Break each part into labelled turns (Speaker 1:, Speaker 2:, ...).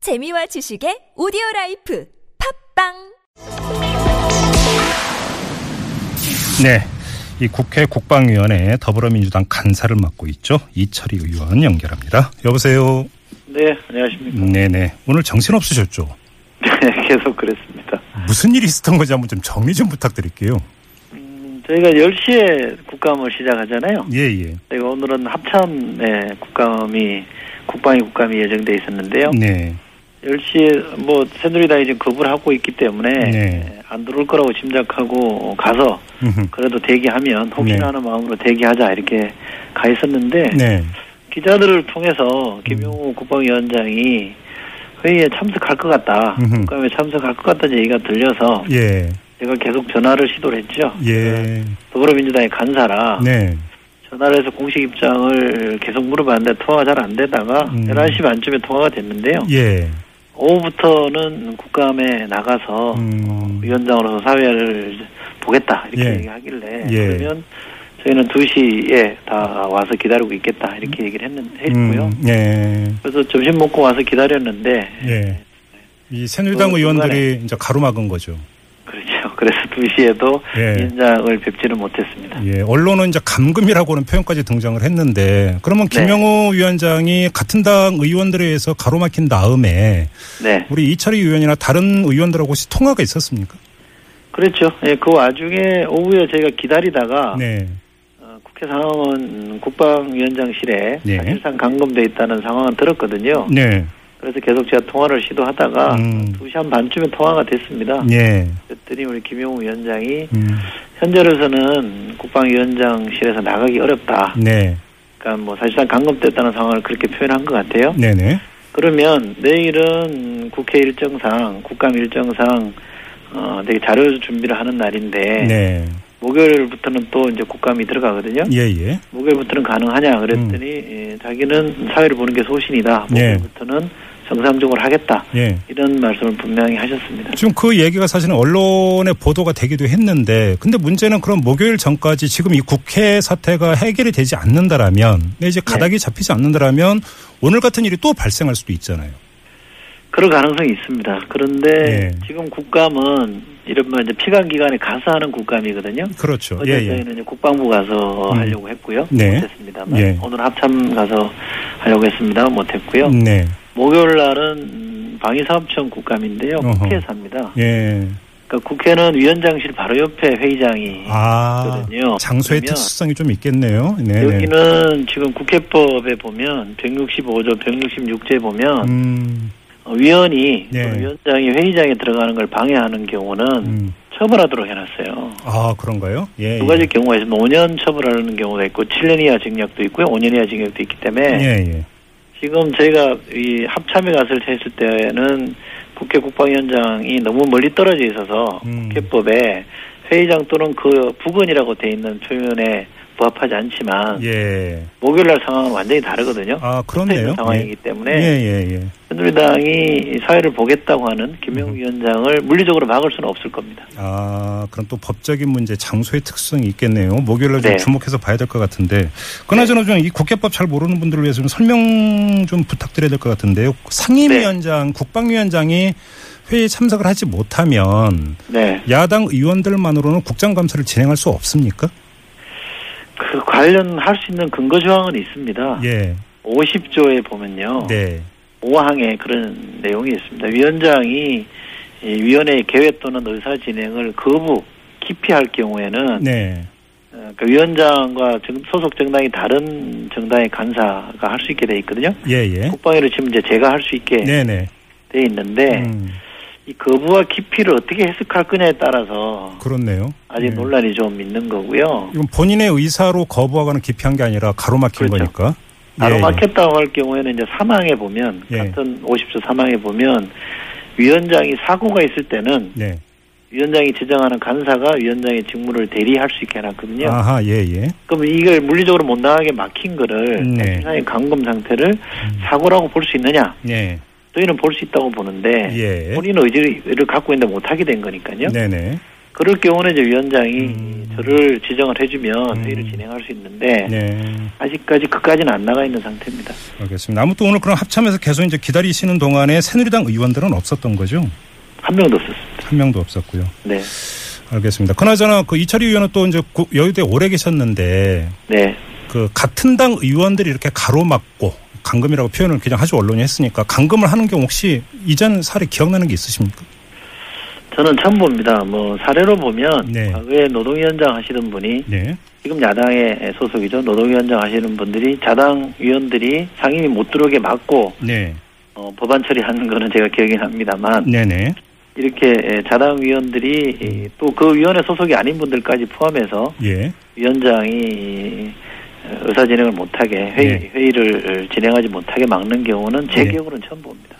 Speaker 1: 재미와 지식의 오디오 라이프 팝빵
Speaker 2: 네. 이 국회 국방위원회 더불어민주당 간사를 맡고 있죠. 이철희 의원 연결합니다. 여보세요.
Speaker 3: 네, 안녕하십니까.
Speaker 2: 음. 네네. 오늘 정신 없으셨죠?
Speaker 3: 네, 계속 그랬습니다.
Speaker 2: 무슨 일이 있었던 건지 한번 좀 정리 좀 부탁드릴게요.
Speaker 3: 음, 저희가 10시에 국감을 시작하잖아요.
Speaker 2: 예, 예.
Speaker 3: 저희가 오늘은 합참의 국감이, 국방위 국감이 예정돼 있었는데요.
Speaker 2: 네.
Speaker 3: 10시에 뭐 새누리당이 지금 거부를 하고 있기 때문에
Speaker 2: 네.
Speaker 3: 안 들어올 거라고 짐작하고 가서
Speaker 2: 음흠.
Speaker 3: 그래도 대기하면
Speaker 2: 네.
Speaker 3: 혹시나 하는 마음으로 대기하자 이렇게 가 있었는데
Speaker 2: 네. 음.
Speaker 3: 기자들을 통해서 김용호 국방위원장이 회의에 참석할 것 같다.
Speaker 2: 음흠.
Speaker 3: 국감에 참석할 것 같다는 얘기가 들려서
Speaker 2: 예.
Speaker 3: 제가 계속 전화를 시도를 했죠.
Speaker 2: 예.
Speaker 3: 더불어민주당의 간사라
Speaker 2: 네.
Speaker 3: 전화를 해서 공식 입장을 계속 물어봤는데 통화가 잘 안 되다가
Speaker 2: 음.
Speaker 3: 11시 반쯤에 통화가 됐는데요.
Speaker 2: 예.
Speaker 3: 오후부터는 국감에 나가서
Speaker 2: 음.
Speaker 3: 어, 위원장으로서 사회를 보겠다 이렇게
Speaker 2: 예.
Speaker 3: 얘기하길래
Speaker 2: 예.
Speaker 3: 그러면 저희는 2시에 다 와서 기다리고 있겠다 이렇게 얘기를 했는, 했고요.
Speaker 2: 음, 예.
Speaker 3: 그래서 점심 먹고 와서 기다렸는데
Speaker 2: 예. 이 새누리당
Speaker 3: 그
Speaker 2: 의원들이 이제 가로막은 거죠.
Speaker 3: 그렇죠. 그래서 2시에도
Speaker 2: 예.
Speaker 3: 위원장을 뵙지는 못했습니다.
Speaker 2: 예, 언론은 이제 감금이라고는 표현까지 등장을 했는데 그러면
Speaker 3: 네.
Speaker 2: 김영호 위원장이 같은 당 의원들에 의해서 가로막힌 다음에
Speaker 3: 네.
Speaker 2: 우리 이철희 의원이나 다른 의원들하고 혹시 통화가 있었습니까?
Speaker 3: 그렇죠. 예, 그 와중에 오후에 저희가 기다리다가
Speaker 2: 네.
Speaker 3: 어, 국회 상황은 음, 국방위원장실에
Speaker 2: 네.
Speaker 3: 사실상 감금돼 있다는 상황은 들었거든요.
Speaker 2: 네.
Speaker 3: 그래서 계속 제가 통화를 시도하다가
Speaker 2: 음.
Speaker 3: 두 2시 한 반쯤에 통화가 됐습니다.
Speaker 2: 예.
Speaker 3: 그랬더니 우리 김용우 위원장이
Speaker 2: 음.
Speaker 3: 현재로서는 국방위원장실에서 나가기 어렵다.
Speaker 2: 네.
Speaker 3: 그러니까 뭐 사실상 감금됐다는 상황을 그렇게 표현한 것 같아요.
Speaker 2: 네네.
Speaker 3: 그러면 내일은 국회 일정상, 국감 일정상 어, 되게 자료 준비를 하는 날인데
Speaker 2: 네.
Speaker 3: 목요일부터는 또 이제 국감이 들어가거든요.
Speaker 2: 예, 음. 예.
Speaker 3: 목요일부터는 가능하냐 그랬더니 예, 자기는 사회를 보는 게 소신이다. 목요일부터는 정상적으로 하겠다.
Speaker 2: 예.
Speaker 3: 이런 말씀을 분명히 하셨습니다.
Speaker 2: 지금 그 얘기가 사실은 언론의 보도가 되기도 했는데 근데 문제는 그럼 목요일 전까지 지금 이 국회 사태가 해결이 되지 않는다라면 이제 가닥이 잡히지 않는다라면 오늘 같은 일이 또 발생할 수도 있잖아요.
Speaker 3: 그럴 가능성이 있습니다. 그런데
Speaker 2: 예.
Speaker 3: 지금 국감은 이른바 이제 피감 기관에 가서 하는 국감이거든요.
Speaker 2: 그렇죠.
Speaker 3: 어제
Speaker 2: 예, 예.
Speaker 3: 저희는 이제 국방부 가서
Speaker 2: 음.
Speaker 3: 하려고 했고요.
Speaker 2: 네.
Speaker 3: 못했습니다만
Speaker 2: 예.
Speaker 3: 오늘 합참 가서 하려고 했습니다. 못했고요.
Speaker 2: 네.
Speaker 3: 목요일 날은 음, 방위사업청 국감인데요.
Speaker 2: 어허.
Speaker 3: 국회에서 합니다.
Speaker 2: 예.
Speaker 3: 그러니까 국회는 위원장실 바로 옆에 회의장이
Speaker 2: 아.
Speaker 3: 있거든요.
Speaker 2: 장소의
Speaker 3: 그러면
Speaker 2: 특수성이 좀 있겠네요. 네. 네.
Speaker 3: 여기는 지금 국회법에 보면 165조, 166조에 보면
Speaker 2: 음.
Speaker 3: 어, 위원이
Speaker 2: 네.
Speaker 3: 또는 위원장이 회의장에 들어가는 걸 방해하는 경우는
Speaker 2: 음.
Speaker 3: 처벌하도록 해놨어요.
Speaker 2: 아, 그런가요? 예.
Speaker 3: 두 가지 경우가 있으면 5년 처벌하는 경우도 있고 7년 이하 징역도 있고요. 5년 이하 징역도 있기
Speaker 2: 예,
Speaker 3: 때문에
Speaker 2: 예.
Speaker 3: 지금 저희가 이 합참에 가설 했을 때는 국회 국방위원장이 너무 멀리 떨어져 있어서
Speaker 2: 음.
Speaker 3: 국회법에 회의장 또는 그 부근이라고 돼 있는 표현에 부합하지 않지만
Speaker 2: 예.
Speaker 3: 목요일 날 상황은 완전히 다르거든요.
Speaker 2: 아,
Speaker 3: 붙어 있는
Speaker 2: 그렇네요.
Speaker 3: 상황이기
Speaker 2: 예.
Speaker 3: 때문에
Speaker 2: 예, 예, 예.
Speaker 3: 새누리당이 사회를 보겠다고 하는 김영우
Speaker 2: 음.
Speaker 3: 위원장을 물리적으로 막을 수는 없을 겁니다.
Speaker 2: 아, 그럼 또 법적인 문제, 장소의 특성이 있겠네요. 목요일날 좀
Speaker 3: 네.
Speaker 2: 주목해서 봐야 될 것 같은데. 그나저나 좀 이 국회법 잘 모르는 분들을 위해서 좀 설명 좀 부탁드려야 될 것 같은데요.
Speaker 3: 네.
Speaker 2: 상임위원장, 국방위원장이 회의에 참석을 하지 못하면
Speaker 3: 네.
Speaker 2: 야당 의원들만으로는 국정감사를 진행할 수 없습니까?
Speaker 3: 그 관련할 수 있는 근거 조항은 있습니다.
Speaker 2: 예.
Speaker 3: 50조에 보면요.
Speaker 2: 네.
Speaker 3: 5항에 그런 내용이 있습니다. 위원장이 이 위원회의 계획 또는 의사 진행을 거부, 기피할 경우에는
Speaker 2: 네.
Speaker 3: 어, 그 위원장과 정- 소속 정당이 다른 정당의 간사가 할 수 있게 돼 있거든요.
Speaker 2: 예, 예.
Speaker 3: 국방위로 치면 이제 제가 할 수 있게
Speaker 2: 네, 네.
Speaker 3: 돼 있는데
Speaker 2: 음,
Speaker 3: 이 거부와 기피를 어떻게 해석할 거냐에 따라서
Speaker 2: 그렇네요. 네.
Speaker 3: 아직
Speaker 2: 예.
Speaker 3: 논란이 좀 있는 거고요.
Speaker 2: 이건 본인의 의사로 거부하거나 기피한 게 아니라 가로막힌
Speaker 3: 그렇죠.
Speaker 2: 거니까. 예,
Speaker 3: 바로
Speaker 2: 예.
Speaker 3: 막혔다고 할 경우에는 이제 사망에 보면
Speaker 2: 예.
Speaker 3: 같은 50조 사망에 보면 위원장이 사고가 있을 때는
Speaker 2: 네.
Speaker 3: 위원장이 지정하는 간사가 위원장의 직무를 대리할 수 있게 해놨거든요.
Speaker 2: 아하, 예, 예.
Speaker 3: 그럼 이걸 물리적으로 못 나가게 막힌 거를
Speaker 2: 네. 음.
Speaker 3: 자신의 감금 상태를 사고라고 볼 수 있느냐?
Speaker 2: 예.
Speaker 3: 저희는 볼 수 있다고 보는데
Speaker 2: 예.
Speaker 3: 본인 의지를 갖고 있는데 못하게 된 거니까요.
Speaker 2: 네네. 음.
Speaker 3: 그럴 경우는 이제 위원장이 저를 지정을 해주면 회의를 진행할 수 있는데
Speaker 2: 네.
Speaker 3: 아직까지 그까지는 안 나가 있는 상태입니다.
Speaker 2: 알겠습니다. 아무튼 오늘 그럼 합참에서 계속 이제 기다리시는 동안에 새누리당 의원들은 없었던 거죠?
Speaker 3: 한 명도 없었습니다.
Speaker 2: 한 명도 없었고요.
Speaker 3: 네,
Speaker 2: 알겠습니다. 그나저나 그 이철희 의원은 또 이제 고- 여의도에 오래 계셨는데
Speaker 3: 네,
Speaker 2: 그 같은 당 의원들이 이렇게 가로막고 강금이라고 표현을 그냥 아주 언론이 했으니까 강금을 하는 경우 혹시 이전 사례 기억나는 게 있으십니까?
Speaker 3: 저는 처음 봅니다. 뭐 사례로 보면
Speaker 2: 네.
Speaker 3: 과거에 노동위원장 하시던 분이
Speaker 2: 네.
Speaker 3: 지금 야당의 소속이죠. 노동위원장 하시는 분들이 자당 위원들이 상임위 못 들어오게 막고
Speaker 2: 네.
Speaker 3: 어, 법안 처리하는 거는 제가 기억이 납니다만
Speaker 2: 네네.
Speaker 3: 이렇게 에, 자당 위원들이 또 그 위원회 소속이 아닌 분들까지 포함해서
Speaker 2: 예.
Speaker 3: 위원장이 이, 어, 의사 진행을 못하게 회의,
Speaker 2: 네.
Speaker 3: 회의를 진행하지 못하게 막는 경우는 제
Speaker 2: 네.
Speaker 3: 기억으로는 처음 봅니다.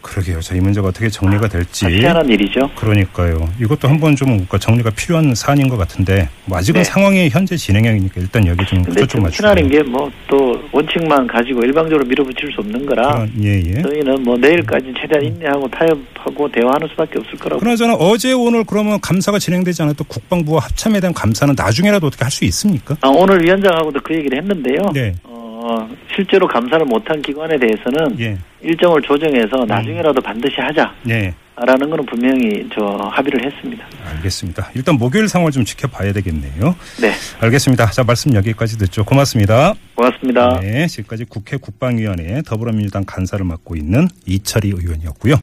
Speaker 2: 그러게요. 자, 이 문제가 어떻게 정리가 될지.
Speaker 3: 아, 희한한 일이죠.
Speaker 2: 그러니까요. 이것도 한번 좀 뭔가 정리가 필요한 사안인 것 같은데 뭐 아직은
Speaker 3: 네.
Speaker 2: 상황이 현재 진행형이니까 일단 여기 좀
Speaker 3: 근데
Speaker 2: 초점
Speaker 3: 좀
Speaker 2: 그렇죠, 맞추고.
Speaker 3: 희한한 게 뭐 또 원칙만 가지고 일방적으로 밀어붙일 수 없는 거라
Speaker 2: 그런- 예, 예.
Speaker 3: 저희는 뭐 내일까지 최대한 인내하고 타협하고 대화하는 수밖에 없을 거라고
Speaker 2: 그나저나 어제 오늘 그러면 감사가 진행되지 않았던 국방부와 합참에 대한 감사는 나중에라도 어떻게 할 수 있습니까?
Speaker 3: 아, 오늘 위원장하고도 그 얘기를 했는데요.
Speaker 2: 네.
Speaker 3: 어, 실제로 감사를 못한 기관에 대해서는
Speaker 2: 예. 음.
Speaker 3: 일정을 조정해서 나중에라도 반드시 하자라는
Speaker 2: 네.
Speaker 3: 거는 분명히 저 합의를 했습니다.
Speaker 2: 알겠습니다. 일단 목요일 상황을 좀 지켜봐야 되겠네요.
Speaker 3: 네.
Speaker 2: 알겠습니다. 자, 말씀 여기까지 듣죠. 고맙습니다.
Speaker 3: 고맙습니다.
Speaker 2: 네. 지금까지 국회 국방위원회 더불어민주당 간사를 맡고 있는 이철희 의원이었고요.